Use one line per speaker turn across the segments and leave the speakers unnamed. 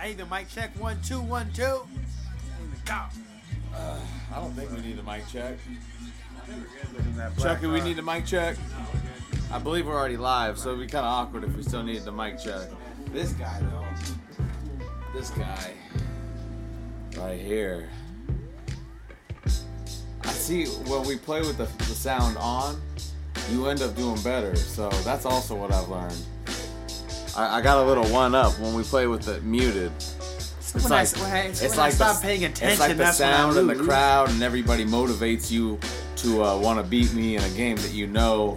I need the mic check. One, two, one, two. Here we go.
I don't think we need a mic check.
That black
Chucky, we
car.
need a mic check. I believe we're already live, so it'd be kind of awkward if we still needed the mic check. This guy, though. This guy. Right here. I see when we play with the, the sound on, you end up doing better. So that's also what I've learned. I, I got a little one up when we play with it muted. It's
when I- when I- it's when I
the-
stop paying
It's like
attention,
the
that's when I
sound and the
lose.
crowd and everybody motivates you to uh, want to beat me in a game that you know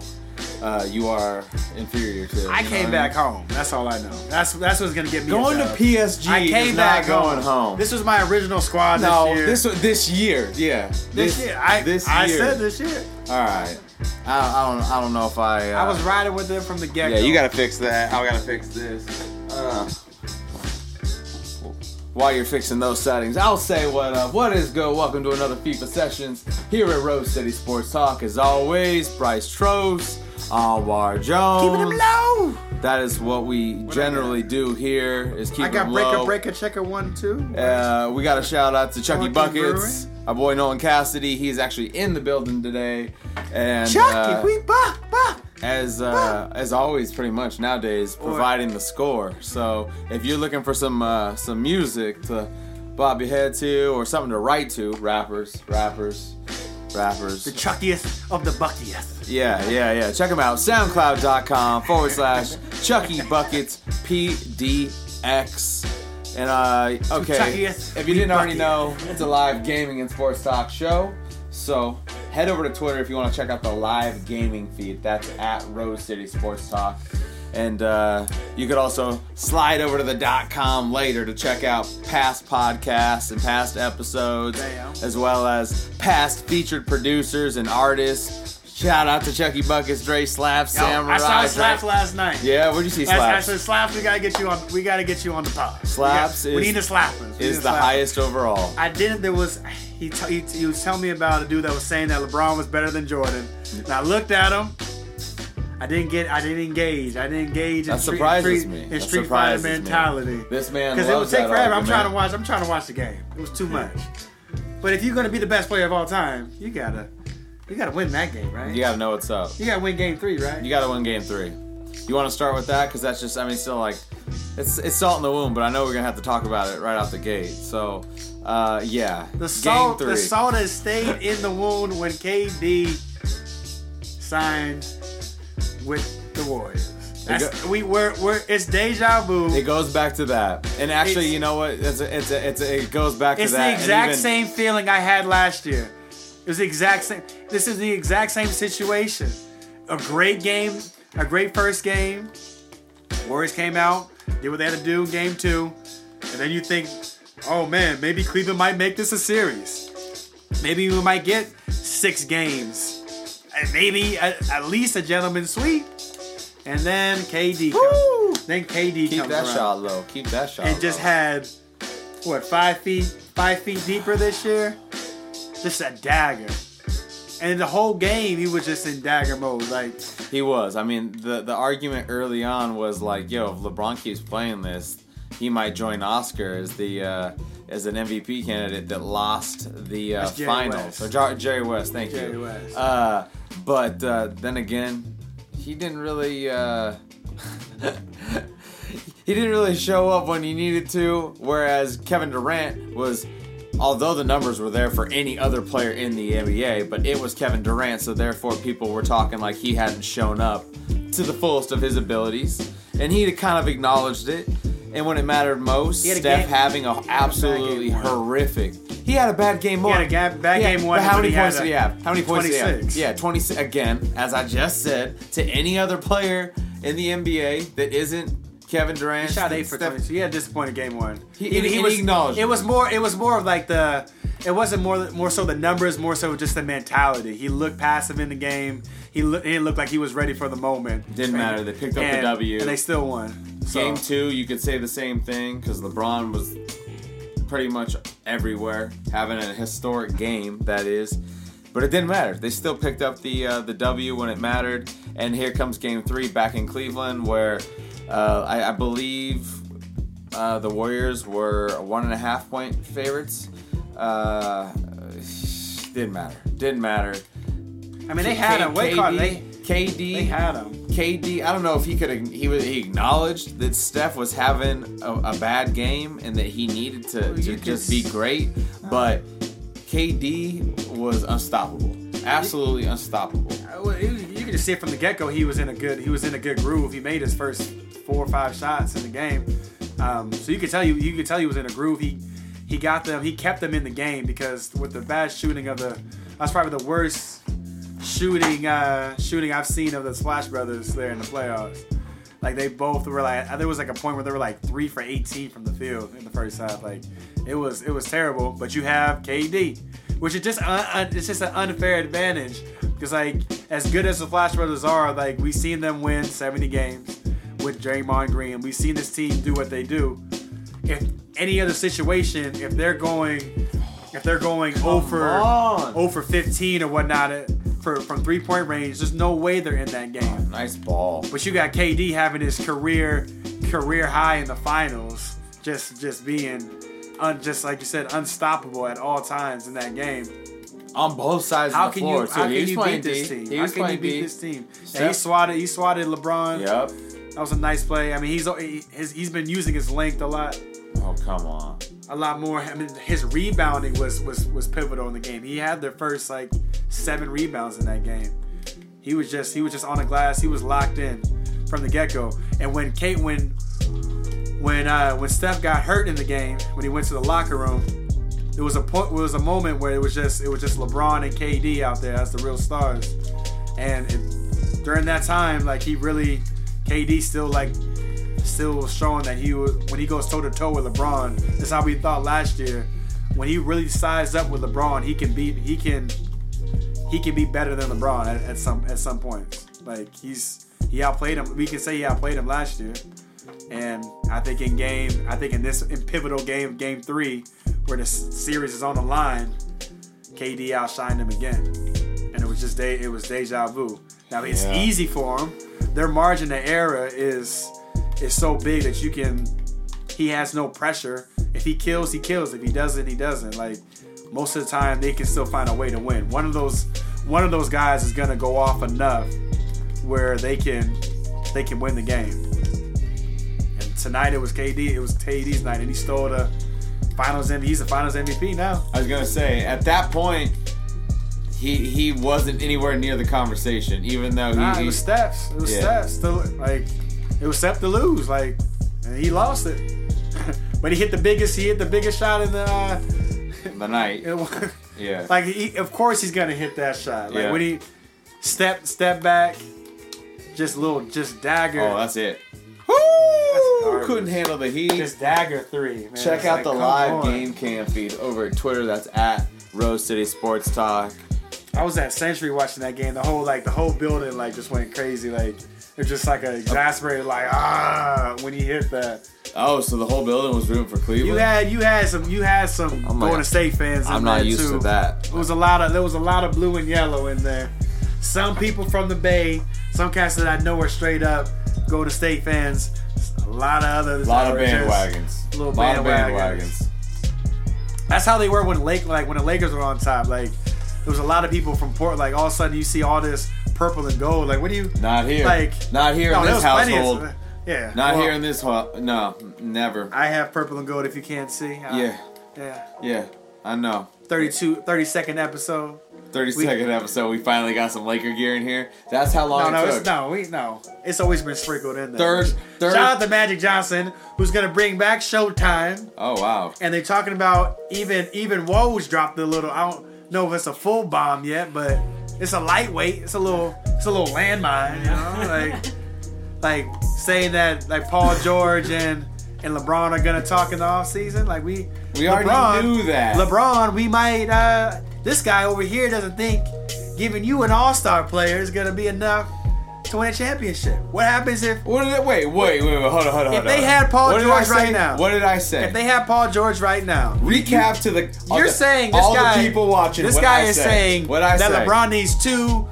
uh, you are inferior to.
I
you know
came
what
back
mean?
home. That's all I know. That's that's what's gonna get me. a
Going to
dub.
PSG.
I came
is
back
not going home.
This was my original squad
no,
this year.
this this year, yeah,
This year. I
this
I
year.
said this year.
All right, I, I don't I don't know if I. Uh,
I was riding with them from the get go.
Yeah, you gotta fix that. I gotta fix this. Uh, while you're fixing those settings, I'll say what up. What is good? Welcome to another FIFA Sessions here at Rose City Sports Talk. As always, Bryce Trost, Alvar Jones.
Keeping them low.
That is what we generally do here. Is keep
I got
them
breaker,
low.
breaker, checker one, two.
Uh, we got a shout out to Chucky
Chucky
Buckets, our boy Nolan Cassidy. He's actually in the building today, and
Chucky,
uh,
we buck, buck.
as uh, as always, pretty much nowadays, providing the score. So if you're looking for some uh, some music to bob your head to, or something to write to, rappers, rappers,
The
rappers.
chuckiest of the buckiest.
Yeah, yeah, yeah. Check them out. SoundCloud.com forward slash Chucky Buckets PDX. And uh, okay,
Chuckiest,
if you
we
didn't already know,
bucket.
it's a live gaming and sports talk show. So head over to Twitter if you want to check out the live gaming feed. That's at Rose City Sports Talk. And uh, you could also slide over to the dot com later to check out past podcasts and past episodes,
Damn.
as well as past featured producers and artists. Shout out to Chucky Buckets, Dre Slap,
Yo,
Samurai.
I saw
Dre-
Slaps last night.
Yeah, where'd you see
That's, I
Slaps?
said slaps. We gotta get you on. We gotta get you on the pod. We
Slaps
got- We,
is-
need the slappers. We need
Is the
slappers.
highest overall.
I didn't. There was he, t- he. He was telling me about a dude that was saying that LeBron was better than Jordan. And I looked at him. I didn't get. I didn't engage. I didn't engage in
That
street,
surprises
street-
me.
in
That
street fighter
surprises me.
mentality.
This man
Because it would
loves
take
that
forever. I'm
argument.
trying to watch. I'm trying to watch the game. It was too much. But if you're gonna be the best player of all time, you gotta, you gotta win that game, right?
You gotta know what's up.
You gotta win game three, right?
You gotta win game three. You want to start with that because that's just I mean still like it's it's salt in the wound, but I know we're gonna have to talk about it right off the gate. So uh, yeah,
the salt.
game
The salt has stayed in the wound when KD signed with the Warriors. That's, we we're, we're it's deja vu.
It goes back to that, and actually,
It's-
you know what? It's a, it's a, it's a, it goes back
It's
to that.
the
and
exact
even-
same feeling I had last year. It was the exact same. This is the exact same situation. A great game, a great first game. Warriors came out, did what they had to do in game two, and then you think, oh man, maybe Cleveland might make this a series. Maybe we might get six games, and maybe a, at least a gentleman sweep. And then KD,
Woo!
comes, then KD
Keep
comes
that
around
shot low. Keep that shot.
and just
low.
had what five feet five feet deeper this year just a dagger and the whole game he was just in dagger mode like
He was. I mean, the the argument early on was like, "Yo, if LeBron keeps playing this, he might join Oscar as the uh, as an MVP candidate that lost the uh,
That's Jerry
finals."
West.
So Jar- Jerry West, thank
Jerry
you.
West.
Uh, but uh, then again, he didn't really. Uh, He didn't really show up when he needed to, whereas Kevin Durant was, although the numbers were there for any other player in the NBA, but it was Kevin Durant, so therefore people were talking like he hadn't shown up to the fullest of his abilities. And he kind of acknowledged it. And when it mattered most,
had a
Steph
game-
having an absolutely
game one.
horrific. He had a bad game one.
had a ga- bad
Yeah,
game one,
But how
but
many
he had
points
a-
did he have? How many points did he have?
26.
Yeah, 26. Again, as I just said, to any other player in the NBA that isn't Kevin Durant,
he shot eight for
Steph-
20 so he had a disappointed game one
He- and he acknowledged
it was more it was more of like the it wasn't more more so the numbers more so just the mentality he looked passive in the game he, look, he looked like he was ready for the moment
Didn't matter. They picked up the
And-
W.
and they still won so,
Game two, you could say the same thing because LeBron was pretty much everywhere, having a historic game. That is, but it didn't matter. They still picked up the uh, the W when it mattered. And here comes Game three back in Cleveland, where uh, I, I believe Uh, the Warriors were one and a half point favorites. Uh, didn't matter. Didn't matter.
I mean, they had him. Wait, Carter, they
KD
they had him.
KD, I don't know if he could. He was. He acknowledged that Steph was having a, a bad game and that he needed to,
Well,
to
you
just
could
be
s- uh,
great. But KD was unstoppable. Absolutely unstoppable.
Uh, well, You you could just see it from the get go. He was in a good. He was in a good groove. He made his first four or five shots in the game. Um, so you could tell you you could tell he was in a groove. He he got them. He kept them in the game because with the bad shooting of the that's probably the worst shooting uh, shooting I've seen of the Splash Brothers there in the playoffs. Like they both were like uh, there was like a point where they were like three for 18 from the field in the first half. Like it was it was terrible. But you have KD, which is just un, un- it's just an unfair advantage because like as good as the Flash Brothers are, like we've seen them win 70 games with Draymond Green. We've seen this team do what they do. If any other situation, if they're going if they're going over
on.
over 15 oh or whatnot uh, for from three point range, there's no way they're in that game.
Nice ball.
But you got KD having his career career high in the finals, just just being un, just like you said, unstoppable at all times in that game.
on both sides
How
of the
can
floor
you
too.
how can
he was
you
playing
beat this
D.
team?
He
How
was
can you
playing
beat
D.
this team? Yeah, he
Steph-
swatted he swatted LeBron.
Yep.
That was a nice play. I mean he's he- his, he's been using his length a lot
Oh come on.
a lot more. I mean his rebounding was was was pivotal in the game. He had the first like seven rebounds in that game. He was just he was just on the glass. He was locked in from the get go. And when Kate when when uh, when Steph got hurt in the game when he went to the locker room, it was a point. It was a moment where it was just it was just LeBron and KD out there as the real stars. And it, during that time, like he really KD still like still was showing that he was when he goes toe to toe with LeBron. That's how we thought last year. When he really sized up with LeBron, he can beat he can he can be better than LeBron at, at some at some points. Like he's he outplayed him. We can say he outplayed him last year. And I think in game, I think in this in pivotal game, game three, where the s- series is on the line, KD outshined him again, and it was just de- it was deja vu. Now it's
Yeah.
easy for him. Their margin of error is is so big that you can. He has no pressure. If he kills, he kills. If he doesn't, he doesn't. Like most of the time, they can still find a way to win. One of those one of those guys is gonna go off enough where they can they can win the game. And tonight it was KD. It was KD's night, and he stole the Finals MVP. He's the Finals MVP now.
I was gonna say at that point, he he wasn't anywhere near the conversation, even though he,
Nah, it
he-
was Steph's. It was
Mm-hmm. Yeah.
Steph's. To, like it was Steph to lose. Like and he lost it, but he hit the biggest. He hit the biggest shot in the. Uh,
the night.
it wa-
Yeah.
like he, of course he's gonna hit that shot. Like
Yeah.
when he step step back, just little just dagger.
oh, that's it. Woo!
garbage.
Couldn't handle the heat.
just dagger three. Man.
Check
It's
out
like,
the
come
live
on.
game cam feed over at Twitter. That's at Rose City Sports Talk.
I was at Century watching that game. The whole like the whole building like just went crazy. Like they're just like a exasperated like ah when he hit that.
Oh, so the whole building was rooting for Cleveland.
You had you had some you had some
I'm like,
Golden State fans. In
I'm not
there
used
too.
to that.
It was a lot of there was a lot of blue and yellow in there. Some people from the Bay, some cats that I know are straight up Golden State fans. A lot of others.
A lot of
that were just-
bandwagons.
little
lot
bandwagons.
of bandwagons.
That's how they were when Lake like when the Lakers were on top. Like there was a lot of people from Portland. Like all of a sudden you see all this purple and gold. Like what do you?
Not here.
Like-
not here
No,
in
there
this
was plenty of-
household.
yeah.
Not
well,
here in this hou- No, never.
I have purple and gold. If you can't see. I-
yeah,
Yeah.
yeah. I know.
32, 30 second episode.
Thirty second
We-
episode. We finally got some Laker gear in here. That's how long
No,
it
no,
took.
it's, no, we no. It's always been sprinkled in there.
Third- third-
Shout out to Magic Johnson, who's gonna bring back Showtime,
Oh wow.
and they're talking about even even Woj dropped a little. I don't know if it's a full bomb yet, but it's a lightweight. It's a little it's a little landmine, you know, like like saying that like Paul George and and LeBron are gonna talk in the offseason. Like we
We already
LeBron-
knew that.
LeBron, we might. uh This guy over here doesn't think giving you an All Star player is gonna be enough to win a championship. What happens if
What did it? Wait, wait, wait, wait. Hold on, hold on. hold on.
they had Paul
What did I
George right
say?
now-
What did I say?
if they have Paul George right now?
Recap to the. all
You're
the-
saying this
all
guy,
the people watching.
This
what
guy
I
is
say.
saying
what I
that
say.
LeBron needs two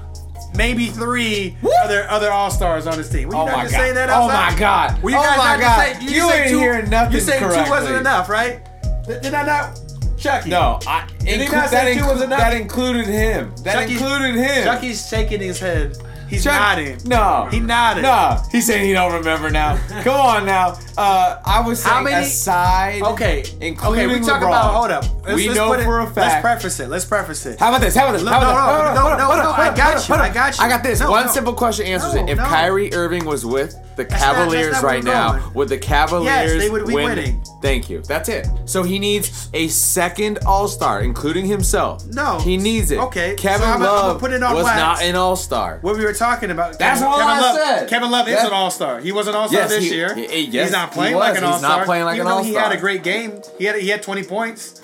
maybe three other other All Stars on his team. Were you
Oh
not
my
gonna say
god.
that
Oh
outside?
my god.
Were you
oh
guys
my
not
god.
Just say,
you
said
ain't
two,
hearing nothing
You said
correctly.
two wasn't enough, right? Did, did I not? Chucky.
No, I,
Did he
inclu- that,
not say two
inclu-
was enough?
that included him. That
Chucky-
included him.
Chucky's shaking his head. He's
Chuck-
nodding.
No.
He nodded.
No, he's saying he don't remember now. Come on now. Uh, I was saying
How many-
aside.
Okay.
Including
okay, we talk
LeBron.
about. Hold up. Let's,
we
let's
know
put it,
for a
Let's
fact.
preface it. Let's preface it.
how about this? How about this?
No,
How about
no,
this?
no,
Hold on,
no,
hold on,
no,
hold on,
I
hold
got
on,
you,
hold on.
I got you.
I got this.
No,
One
no.
simple question answers
No,
it. If
no.
Kyrie Irving was with the
not- that's
Cavaliers
not where
right
we're
now,
going.
would the Cavaliers
Yes, they would be
win?
winning.
Thank you. That's it. So he needs a second All Star, including himself.
No.
He needs it.
Okay,
Kevin
so I'm gonna- I'm
Love
gonna put it on
was
wax.
not an All Star.
what we were talking about.
That's
Kevin,
all
Kevin
I
Love,
said.
Kevin Love is
That-
an All Star. He was an All Star
Yes,
this
he-
year.
he- he- yes,
he's not
he
playing
was.
like an All
He's
Star.
not playing like
Even
an
though he
all-star.
had a great game. He had he had 20 points.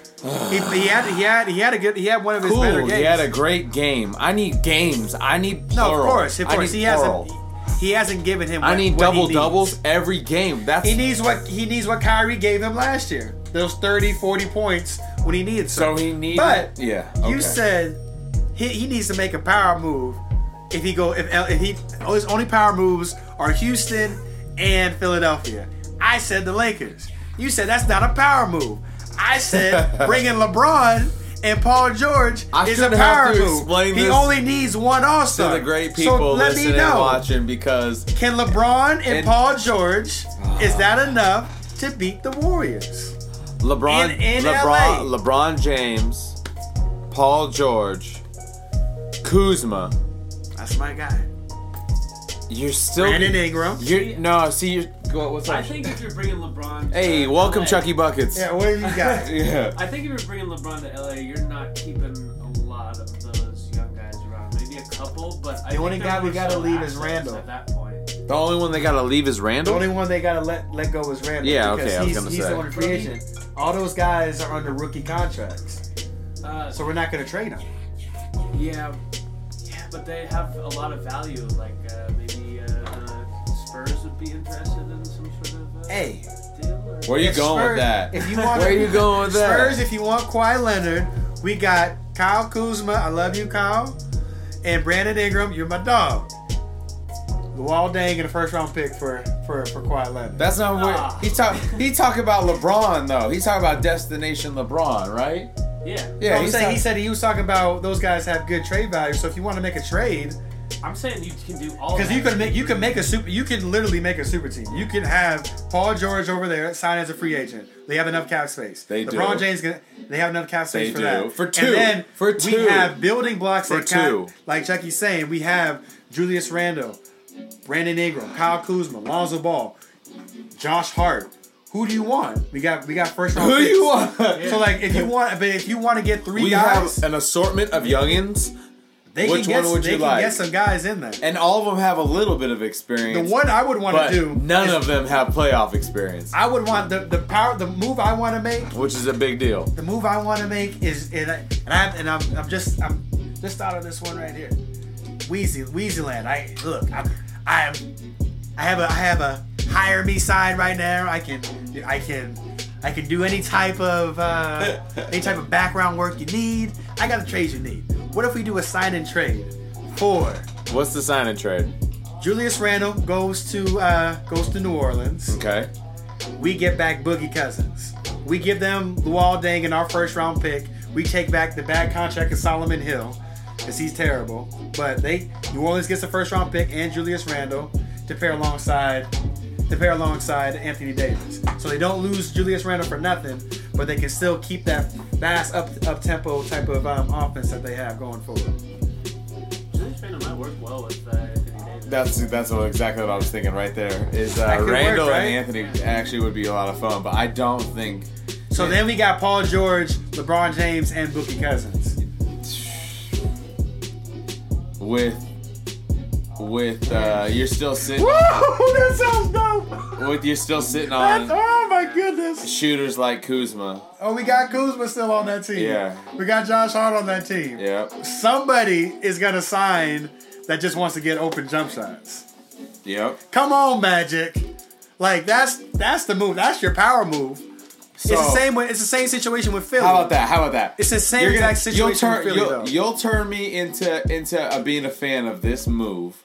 he, he had he had he had a good he had one of his
Cool.
better games.
He had a great game. I need games. I need
no,
plural.
of course, of
I
course.
need
He
plural.
hasn't he hasn't given him.
I
what-
need
what he
double
needs.
doubles every game. That's
He needs what he needs what Kyrie gave him last year. Those 30, 40 points when he needed
so
some.
he needs.
But
yeah, okay.
you said he, he needs to make a power move. If he go, if, L- if he oh, his only power moves are Houston and Philadelphia. I said the Lakers. You said that's not a power move. I said bringing LeBron and Paul George
I
is a
shouldn't
power
have to
move.
explain
he
this
only needs one All
to
Star.
the great people listening and watching because
Can LeBron and,
And- Oh.
Paul George is that enough to beat the Warriors?
LeBron,
In- in
LeBron,
LA.
LeBron James, Paul George, Kuzma.
That's my guy.
You're still
Brandon Ingram.
You're no. See, you're. Go, what's
I
up?
think if you're bringing LeBron, to
Hey, welcome,
LA,
Chucky Buckets.
Yeah, what do you got?
yeah.
I think if you're bringing LeBron to LA, you're not keeping a lot of those young guys around. Maybe a couple, but I
The
think
only
they're
guy we
more
gotta
so
leave is
assets
Randall.
At that point,
The only one they gotta leave is
The
Randall.
only one they gotta let let go is Randall.
Yeah,
because
okay, I was
he's,
gonna
he's
say.
the only free agent. All those guys are under rookie contracts,
uh,
so we're not gonna trade them.
yeah, yeah, but they have a lot of value. Like uh, maybe uh, the Spurs would be interested in some sort of uh,
Hey,
deal. Or,
Where you
if
going
Spurs-
with that?
If you want,
Where you going with that?
Spurs, if you want Kawhi Leonard, we got Kyle Kuzma. I love you, Kyle, and Brandon Ingram. You're my dog. The Wall Dang in the first round pick for for for Kawhi Leonard.
That's not what
Ah.
he talk. He talk about LeBron though. He talk about destination LeBron, right?
yeah,
Yeah,
I'm
he's
saying
not-
he said he was talking about those guys have good trade value. So if you want to make a trade,
I'm saying you can do all.
Because
that.
you can make you can make a super you can literally make a super team. You can have Paul George over there sign as a free agent. They have enough cap space.
They do.
LeBron James can, they have enough cap space
They
for
do.
that.
For two.
And then
For
we
two.
have building blocks
For
that count.
two.
Like Chucky's saying, we have Julius Randle, Brandon Ingram, Kyle Kuzma, Lonzo Ball, Josh Hart. Who do you want? We got we got first round.
Who
picks.
you want?
So like if you want but if you want to get three
We
guys,
have an assortment of youngins,
they
which
can get
one would
they
you
can
like?
get some guys in there.
and all of them have a little bit of
The
experience.
one I would want
but
to do
none
is
of them have playoff experience,
I would want the, the power the move I want to make
which is a big deal.
the move I want to make is and I and, I, and I'm, I'm just I'm just thought of this one right here Wheezy Wheezyland I look I'm I am I have a I have a hire me sign right now I can I can I can do any type of uh, any type of background work you need I got the trades you need what if we do a sign and trade for
What's the sign and trade?
Julius Randle goes to uh, goes to New Orleans
Okay.
we get back Boogie Cousins. We give them Luol Deng in our first round pick. We take back the bad contract of Solomon Hill because he's terrible. But they New Orleans gets the first round pick and Julius Randle to pair alongside to pair alongside Anthony Davis. So they don't lose Julius Randle for nothing, but they can still keep that fast up up tempo type of um, offense that they have going forward.
Julius Randle might work well with uh, Anthony Davis.
That's that's what, exactly what I was thinking right there. Is uh,
That could work,
Randall
right?
and Anthony actually would be a lot of fun, but I don't think
So then we got Paul George, LeBron James, and Boogie Cousins.
with with uh, you're still sitting
Woo! That sounds dope.
with you're still sitting
That's,
on
oh my goodness.
shooters like Kuzma.
Oh, we got Kuzma still on that team.
Yeah.
We got Josh Hart on that team.
Yep.
Somebody is gonna sign that just wants to get open jump shots.
Yep.
Come on, Magic. Like that's that's the move. That's your power move.
So,
it's the same. Way, it's the same situation with Philly.
How about that? How about that?
It's the same exact situation
You'll turn,
with Philly,
you'll,
though.
you'll turn me into into uh, being a fan of this move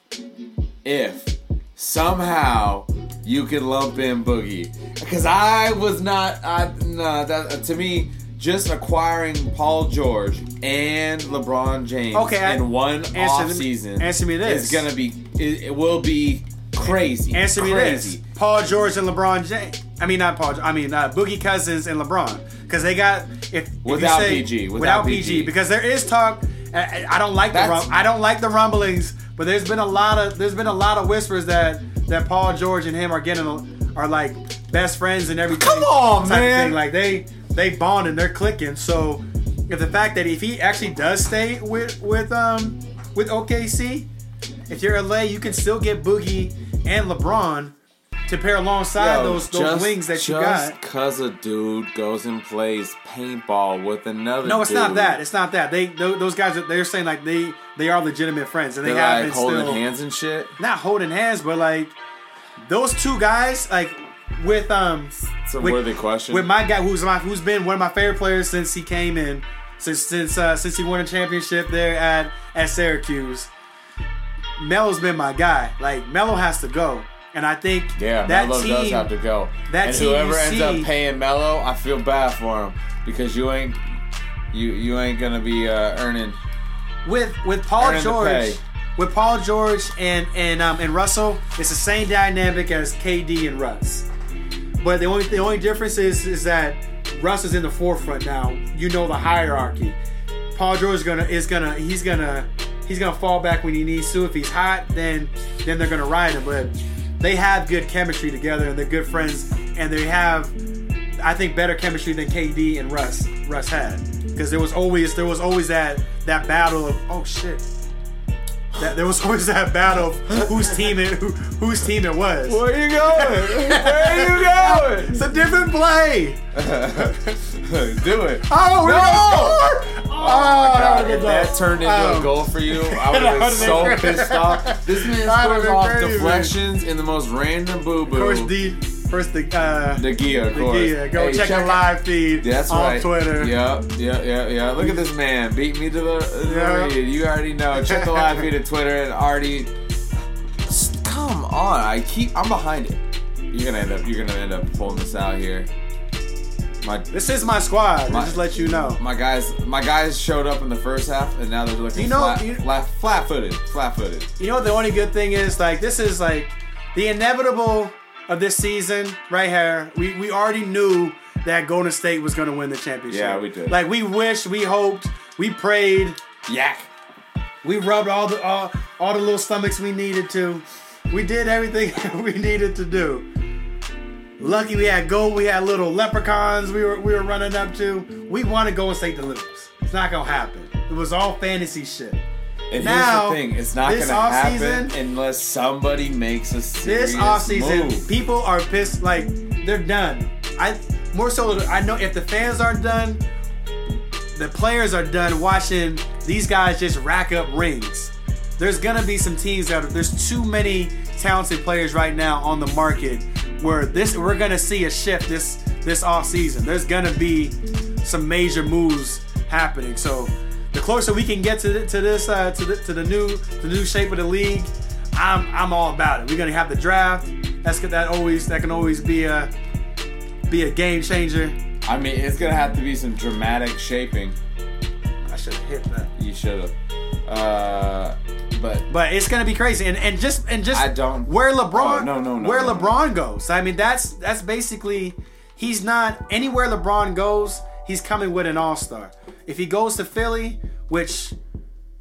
if somehow you could lump in Boogie because I was not. I nah, that, to me. Just acquiring Paul George and LeBron James
Okay, I-
in one
answer me-
off season
answer me this.
is gonna be it, it will be crazy.
Answer me
crazy.
this: Paul George and LeBron James. I mean, not Paul. I mean, uh, Boogie Cousins and LeBron, because they got if- if you
Without
say-
PG, without PG.
because there is talk. I- I, I don't like the
That's-
rum, I don't like the rumblings, but there's been a lot of there's been a lot of whispers that that Paul George and him are getting are like best friends and everything.
Come on,
type of
man.
thing. Like they they bond and they're clicking. So if the fact that if he actually does stay with with um with OKC, if you're LA, you can still get Boogie and LeBron to pair alongside those those wings that you got.
Cause a dude goes and plays paintball with another.
No, it's not
dude,
that. It's not that. They tho- those guys are- they're saying like they they are legitimate friends and they
They're
have
like
been
holding
still
hands and shit.
not holding hands, but like those two guys like with um
It's a
with,
worthy question.
with my guy who's my who's been one of my favorite players since he came in since since uh, since he won a championship there at at Syracuse. Melo's been my guy. Like Melo has to go, and I think
yeah,
that
Melo
team
does have to go.
that
and
team
whoever
you
ends up
see-
paying Mello, I feel bad for him because you ain't you you ain't gonna be uh, earning.
with with Paul
Earning the pay.
George. With Paul George and and um, and Russell, it's the same dynamic as KD and Russ. But the only the only difference is is that Russ is in the forefront now. You know the hierarchy. Paul George is gonna is gonna he's gonna he's gonna fall back when he needs to. If he's hot, then then they're gonna ride him. But they have good chemistry together and they're good friends and they have I think better chemistry than KD and Russ Russ had because there was always there was always that that battle of oh shit. That, there was always that battle of whose team it who, whose team it was.
Where you going? Where you
It's a different play.
going? Do it.
Oh, we're
No!
gonna score! Oh,
God, if
that would've been
that
dope.
turned into a
Um,
goal for you, I would have
that
been
would've
so
been
pissed off. This man
That would've
scores
been
off
crazy.
deflections in the most random boo boo.
Of course, the first the uh,
the Gia, of
the
course.
Gia. Go
Hey,
check our
it-
live feed
That's
on
right.
Twitter.
Yep, yep, yep, yep. Look at this man. Beat me to the, to the
Yeah.
read. You already know. Check the live feed at Twitter and already. Come on, I keep. I'm behind it. You're gonna end up. You're gonna end up pulling this out here. My
This is my squad.
My-
I just let you know.
My guys, my guys showed up in the first half, and now they're looking
You know-
flat,
you-
flat, flat-footed, flat-footed.
You know what the only good thing is? Like this is like the inevitable of this season right here. We we already knew that Golden State was gonna win the championship.
Yeah, we did.
Like we wished, we hoped, we prayed,
Yak.
we rubbed all the all, all the little stomachs we needed to. We did everything we needed to do. Lucky we had gold, we had little leprechauns we were we were running up to. We wanted Golden State to lose. It's not gonna happen. It was all fantasy shit.
And here's
Now,
the thing: it's not
this
gonna happen
offseason-
unless somebody makes a serious
this offseason,
move.
people are pissed. Like they're done. I more so. I know if the fans aren't done, the players are done watching these guys just rack up rings. There's gonna be some teams that are, there's too many talented players right now on the market where this we're gonna see a shift this this offseason. There's gonna be some major moves happening. So the closer we can get to, the, to this uh, to, the, to the new the new shape of the league, I'm I'm all about it. We're gonna have the draft. That's that always that can always be a be a game changer.
I mean, it's gonna have to be some dramatic shaping.
I should have hit that.
You should have. Uh, but
But it's gonna be crazy, and and just and just
I don't-
where LeBron
Oh, no, no, no,
where
no, no.
LeBron goes. I mean that's that's basically he's not anywhere LeBron goes. He's coming with an all star. If he goes to Philly, which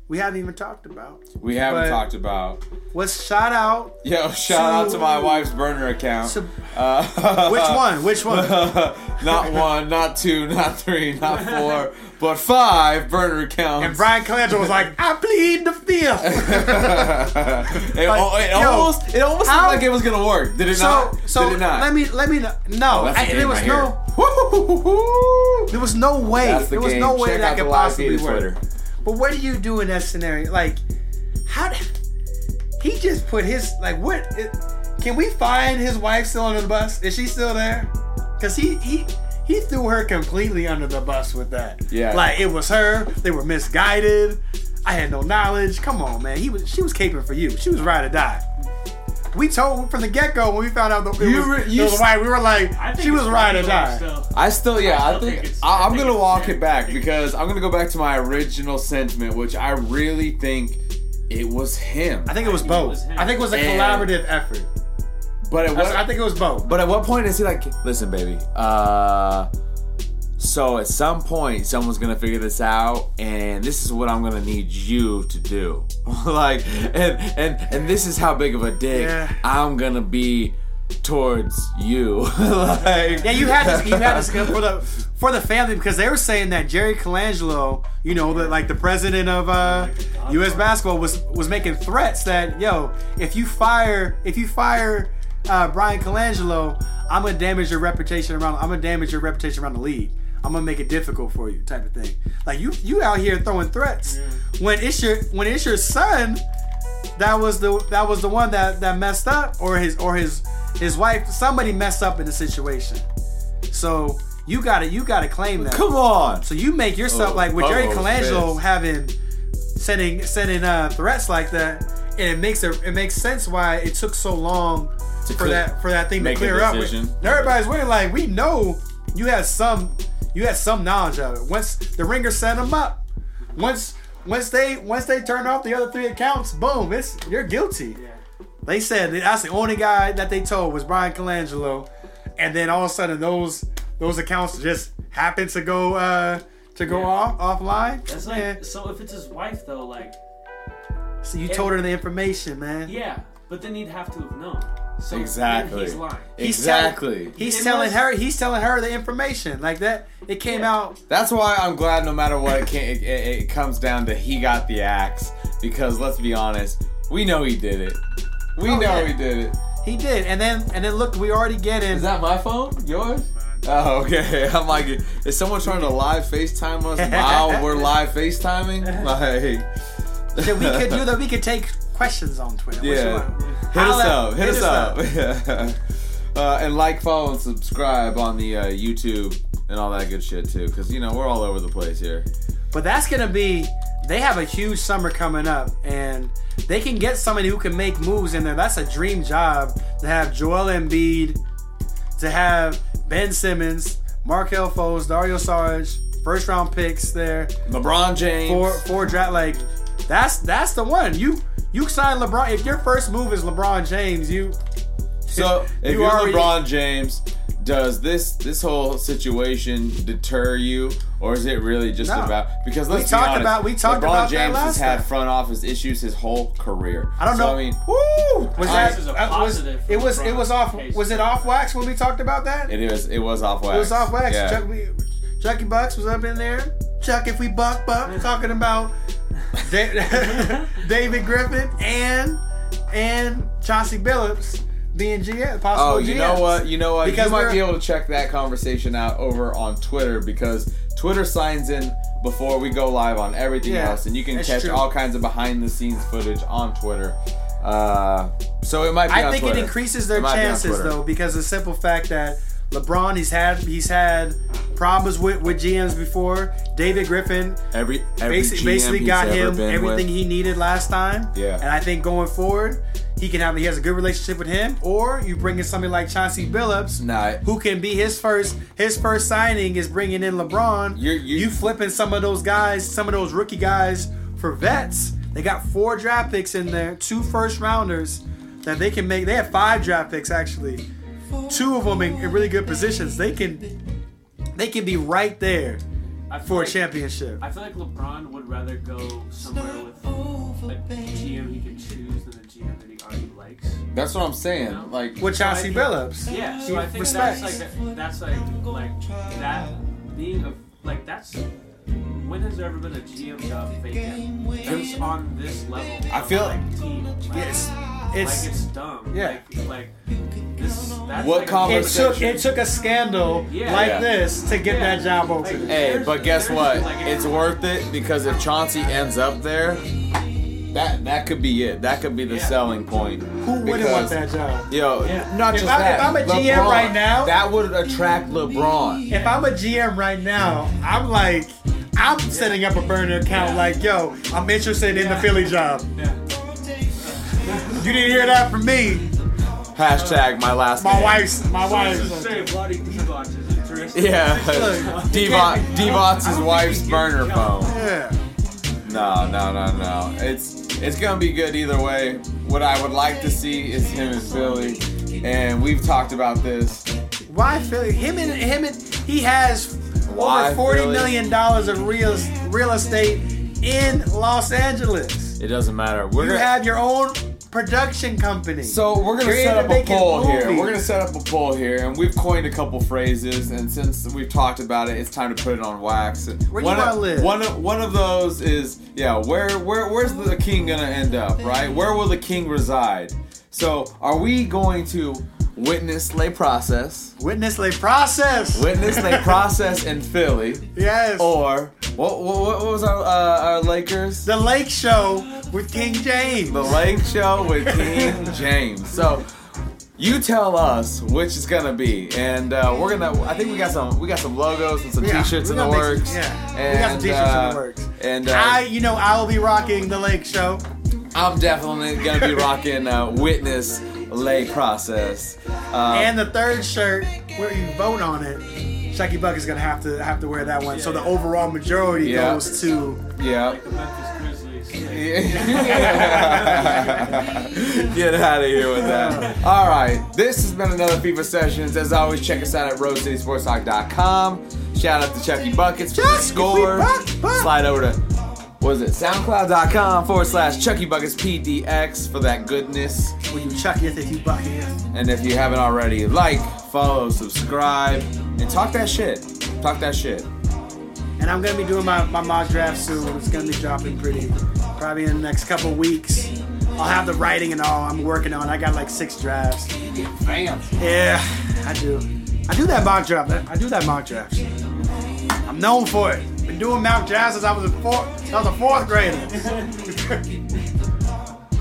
we haven't even talked about,
we haven't
But-
talked about.
was shout out
Yo, shout out to my
So-
wife's burner account.
so-
Uh,
which one? Which one?
not one, not two, not three, not four, but five burner accounts.
And Brian Colangelo was like, I plead the fifth.
it,
Like,
al- it
yo,
almost, it almost
how-
looked like it was gonna work. Did it
So
not?
so
Did it not? Oh,
let me let me kn- no.
that's the
I-
game
there was
right
no
Woo-hoo-hoo-hoo-hoo.
there was no way
That's the
there was
game.
no way
Check out
that
the
could
live
possibly
feed at
work.
Twitter.
But what do you do in that scenario? Like, how did he just put his like? What i- can we find his wife still on the bus? Is she still there? Cause he he He threw her completely under the bus with that.
Yeah.
Like it was her. They were misguided. I had no knowledge. Come on, man. He was. She was caping for you. She was ride or die. We told from the get go when we found out the, it
You
was,
re-
it
you
was
s-
white. We were like,
I think
she was
it's
ride or
probably
die.
still-
I still, yeah,
I
I,
still
think,
think it's-
I,
I
I'm
think
gonna
it's
walk
fair.
it back because I'm gonna go back to my original sentiment, which I really think it was him.
I think it was
I think it
both.
was him.
I think it was a
And-
collaborative effort.
But it was,
I, I think it was both.
But at what point is he like, listen, baby, uh, so at some point someone's gonna figure this out, and this is what I'm gonna need you to do. like, and and and this is how big of a dick
Yeah.
I'm gonna be towards you. like,
Yeah, you had this. You had this for the for the family because they were saying that Jerry Colangelo, you know, the, like the president of uh, U.S. basketball, was was making threats that yo, if you fire if you fire uh, Brian Colangelo, I'm gonna damage your reputation around. I'm gonna damage your reputation around the league. I'm gonna make it difficult for you, type of thing. Like you you out here throwing threats when it's your when it's your son that was the that was the one that that messed up or his or his his wife somebody messed up in the situation so you gotta you gotta claim that
Come on.
so you make yourself
Oh,
like with jerry
Pablo's
colangelo
pissed.
having sending sending uh threats like that and it makes a, it makes sense why it took so long
To
for
clear-
that for that thing
make
to
a
clear up
decision.
And everybody's waiting like we know you had some you had some knowledge of it once the ringer set them up once once they once they turn off the other three accounts boom it's you're guilty
Yeah.
they said that that's the only guy that they told was Brian Colangelo, and then all of a sudden those those accounts just happened to go uh to go
Yeah.
off offline.
That's like
man.
so. If it's his wife, though, like
so you told her the information, man.
yeah, but then he'd have to have known. So
Exactly.
He's lying.
He's telling-
Exactly.
he's
It
telling
was-
her he's telling her the information like that. It came
Yeah.
out.
That's why I'm glad no matter what it, can, it, it, it comes down to he got the axe because let's be honest, we know he did it. We
Oh,
know
yeah.
he did it.
He did, and then and then look, we already getting.
Is that my phone? Yours? Oh, okay. I'm like, is someone trying to live FaceTime us while we're live FaceTiming? Like,
that we could do that. We could take questions on Twitter. What you
Yeah.
want?
Hit us
Holla-
up. Hit, us up. uh, and like, follow, and subscribe on the uh, YouTube and all that good shit too, because you know we're all over the place here.
But that's gonna be they have a huge summer coming up and they can get somebody who can make moves in there. That's a dream job to have Joel Embiid, to have Ben Simmons, Markel Foles, Dario Sarge, first round picks there,
LeBron James.
four four draft like that's that's the one. You you sign LeBron if your first move is LeBron James, you
So if
You
you are
already-
LeBron James, does this this whole situation deter you, or is it really just
No.
about because let's be
talked
honest,
about- we talked
LeBron
about that
James has
last
had
time.
front office issues his whole career.
I don't
So,
know.
I mean,
Woo! Was
I-
that
This
is a
uh, was-
positive
it was it
LeBron
was off
case.
was it off wax when we talked about that?
it is it was off wax.
It was off wax.
Yeah.
Chuck, we, Chucky Bucks was up in there. Chuck, if we buck buck, talking about Da- David Griffin and and Chauncey Billups being GM, possible
Oh, you
GMs.
know what? You know what?
Because
you might
we're-
be able to check that conversation out over on Twitter because Twitter signs in before we go live on everything
Yeah,
else, and you can
that's
catch
true.
all kinds of behind the scenes footage on Twitter. Uh, so it might be.
I
on
think it
Twitter.
increases their
might be on
chances
Twitter.
though because the simple fact that LeBron he's had he's had problems with with GMs before. David Griffin
Every, every
basically,
GM
basically
he's
got
ever
him
been
everything
with.
he needed last time.
Yeah.
And I think going forward, he can have he has a good relationship with him, or you bring in somebody like Chauncey Billups,
Nah.
who can be his first his first signing is bringing in LeBron.
You're- you-
flipping some of those guys, some of those rookie guys for vets. They got four draft picks in there, two first rounders that they can make. They have five draft picks actually, two of them in, in really good positions. They can they can be right there
I feel
for a
like-
championship.
I feel like LeBron would rather go somewhere with a GM he can choose than a GM that he already likes.
That's what I'm saying.
No.
Like,
with Chauncey
So I
Billups.
Yeah, so I think
Respect.
that's like a- that's like like that being a like that's when has there ever been a GM job vacant that's on this level?
I feel-
of, like team. Like,
Yes,
like
it's
it's dumb.
yeah.
Like, like this. That's
What
like a-
conver-
it took it took a scandal
Yeah.
like
Yeah.
this to get
Yeah.
that job open.
Like-
hey, but guess what? It's worth it because if Chauncey ends up there, That that could be it. That could be the
Yeah.
selling point.
Who wouldn't want that job?
Yo,
Yeah.
not
If
just
I-
that.
if I'm a GM
LeBron,
right now-
that would attract LeBron.
If I'm a GM right now, I'm like, I'm setting up a burner account. Like, yo, I'm interested in the Philly job. You didn't hear that from me.
Hashtag my last
My
name.
wife's, my
Let's just
wife's.
say Bloody Devox is interesting.
Yeah,
Look,
Devot, Devot's his wife's
he gets
burner
the job.
phone.
Yeah.
No, no, no, no. It's it's gonna be good either way. What I would like to see is him and Philly, and we've talked about this.
Why Philly? Him and him and he has
Why
over forty
Philly?
million dollars of real real estate in Los Angeles.
It doesn't matter. We're
You
gonna
have your own production company.
so we're gonna
You're
set
into
up a
making
poll here.
movies.
We're gonna set up a poll here, and we've coined a couple phrases. And since we've talked about it, it's time to put it on wax.
Where do
one
you
of,
wanna live?
One of, one of those is yeah. Where where where's the king gonna end up? Right? Where will the king reside? So are we going to witness lay process?
witness the process.
Witness they process in Philly,
yes.
or what? What, what was our uh, our Lakers?
The Lake Show with King James.
The Lake Show with King James. So you tell us which is gonna be, and uh, we're gonna. I think we got some. We got some logos and some
Yeah,
T-shirts
we
in the
gotta make
works.
some- yeah, we
and,
got some t-shirts in the works.
And uh,
I, you know, I will be rocking the Lake Show.
I'm definitely gonna be rocking uh, Witness Lay Process. Uh,
and the third shirt where you vote on it, Chucky Buck is gonna have to have to wear that one. so the
Yeah.
overall majority
Yeah.
goes to
yeah.
Like the Memphis Grizzlies.
Get out of here with that. All right. This has been another FIFA Sessions. As always, check us out at roadcitysportstalk.com. Shout out to Chucky Buckets for the
Chucky
score.
Buck- Buck.
Slide over to, what is it, soundcloud.com forward slash Chucky Buckets PDX for that goodness.
when you Chucky it if you Buck it.
And if you haven't already, like, follow, subscribe, and talk that shit. Talk that shit.
And I'm gonna be doing my, my mod draft soon. It's gonna be dropping pretty probably in the next couple weeks. I'll have the writing and all I'm working on. I got like six drafts. Yeah, I do. I do that mock draft. man. I do that mock draft. I'm known for it. Been doing mock drafts since I was a fourth, since I was a fourth grader.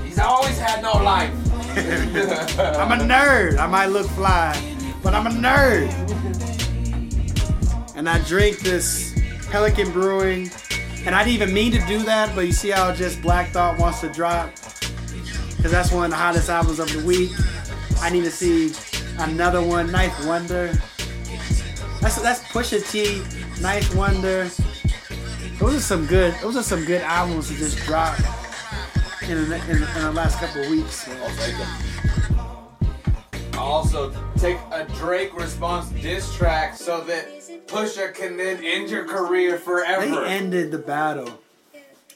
He's always had no life.
I'm a nerd. I might look fly, but I'm a nerd. And I drink this Pelican Brewing, and I didn't even mean to do that, but you see how just Black Thought wants to drop, because that's one of the hottest albums of the week. I need to see another one, Ninth Wonder. That's that's Pusha T, Ninth Wonder. Those are some good. Those are some good albums to just drop in the, in, the- in the last couple of weeks. man.
Also, take a Drake response diss track so that Pusha can then end your career forever.
They ended the battle.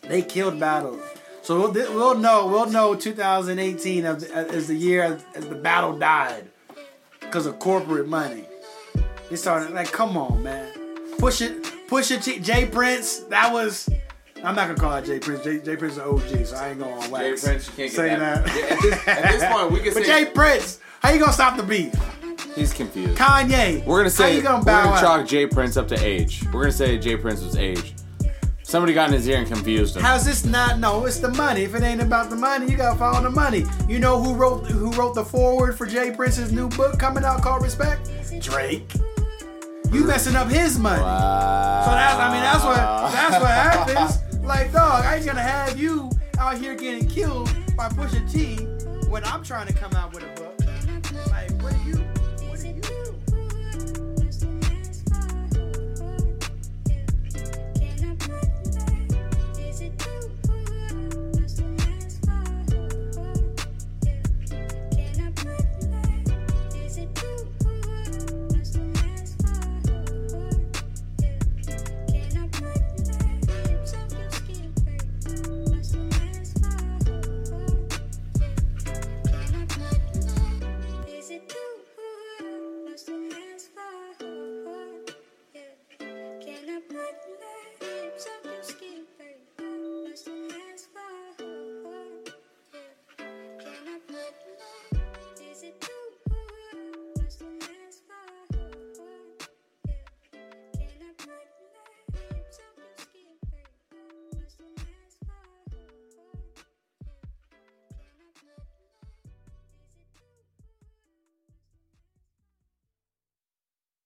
They killed battle. So we'll, th- we'll know. We'll know 2018 of the- as the year as, as the battle died because of corporate money. They started like, come on, man. Push it, push it. T- Jay Prince. That was. I'm not gonna call out Jay Prince. Jay, Jay Prince is an OG, so I ain't going on
Jay
wax.
Prince, you can't get
Say
that.
that.
At, this, at this point, we can
But
say
Jay Prince, how you gonna stop the beat?
he's confused.
Kanye.
We're gonna
how
say
you gonna
we're
bow
gonna
out?
chalk Jay Prince up to age. We're gonna say Jay Prince was age. Somebody got in his ear and confused him.
How's this not? No, it's the money. If it ain't about the money, you gotta follow the money. You know who wrote who wrote the foreword for Jay Prince's new book coming out called Respect? Drake. You messing up his money.
Wow.
So that's I mean that's what that's what happens. Like dog, I ain't gonna have you out here getting killed by Pusha T when I'm trying to come out with a book.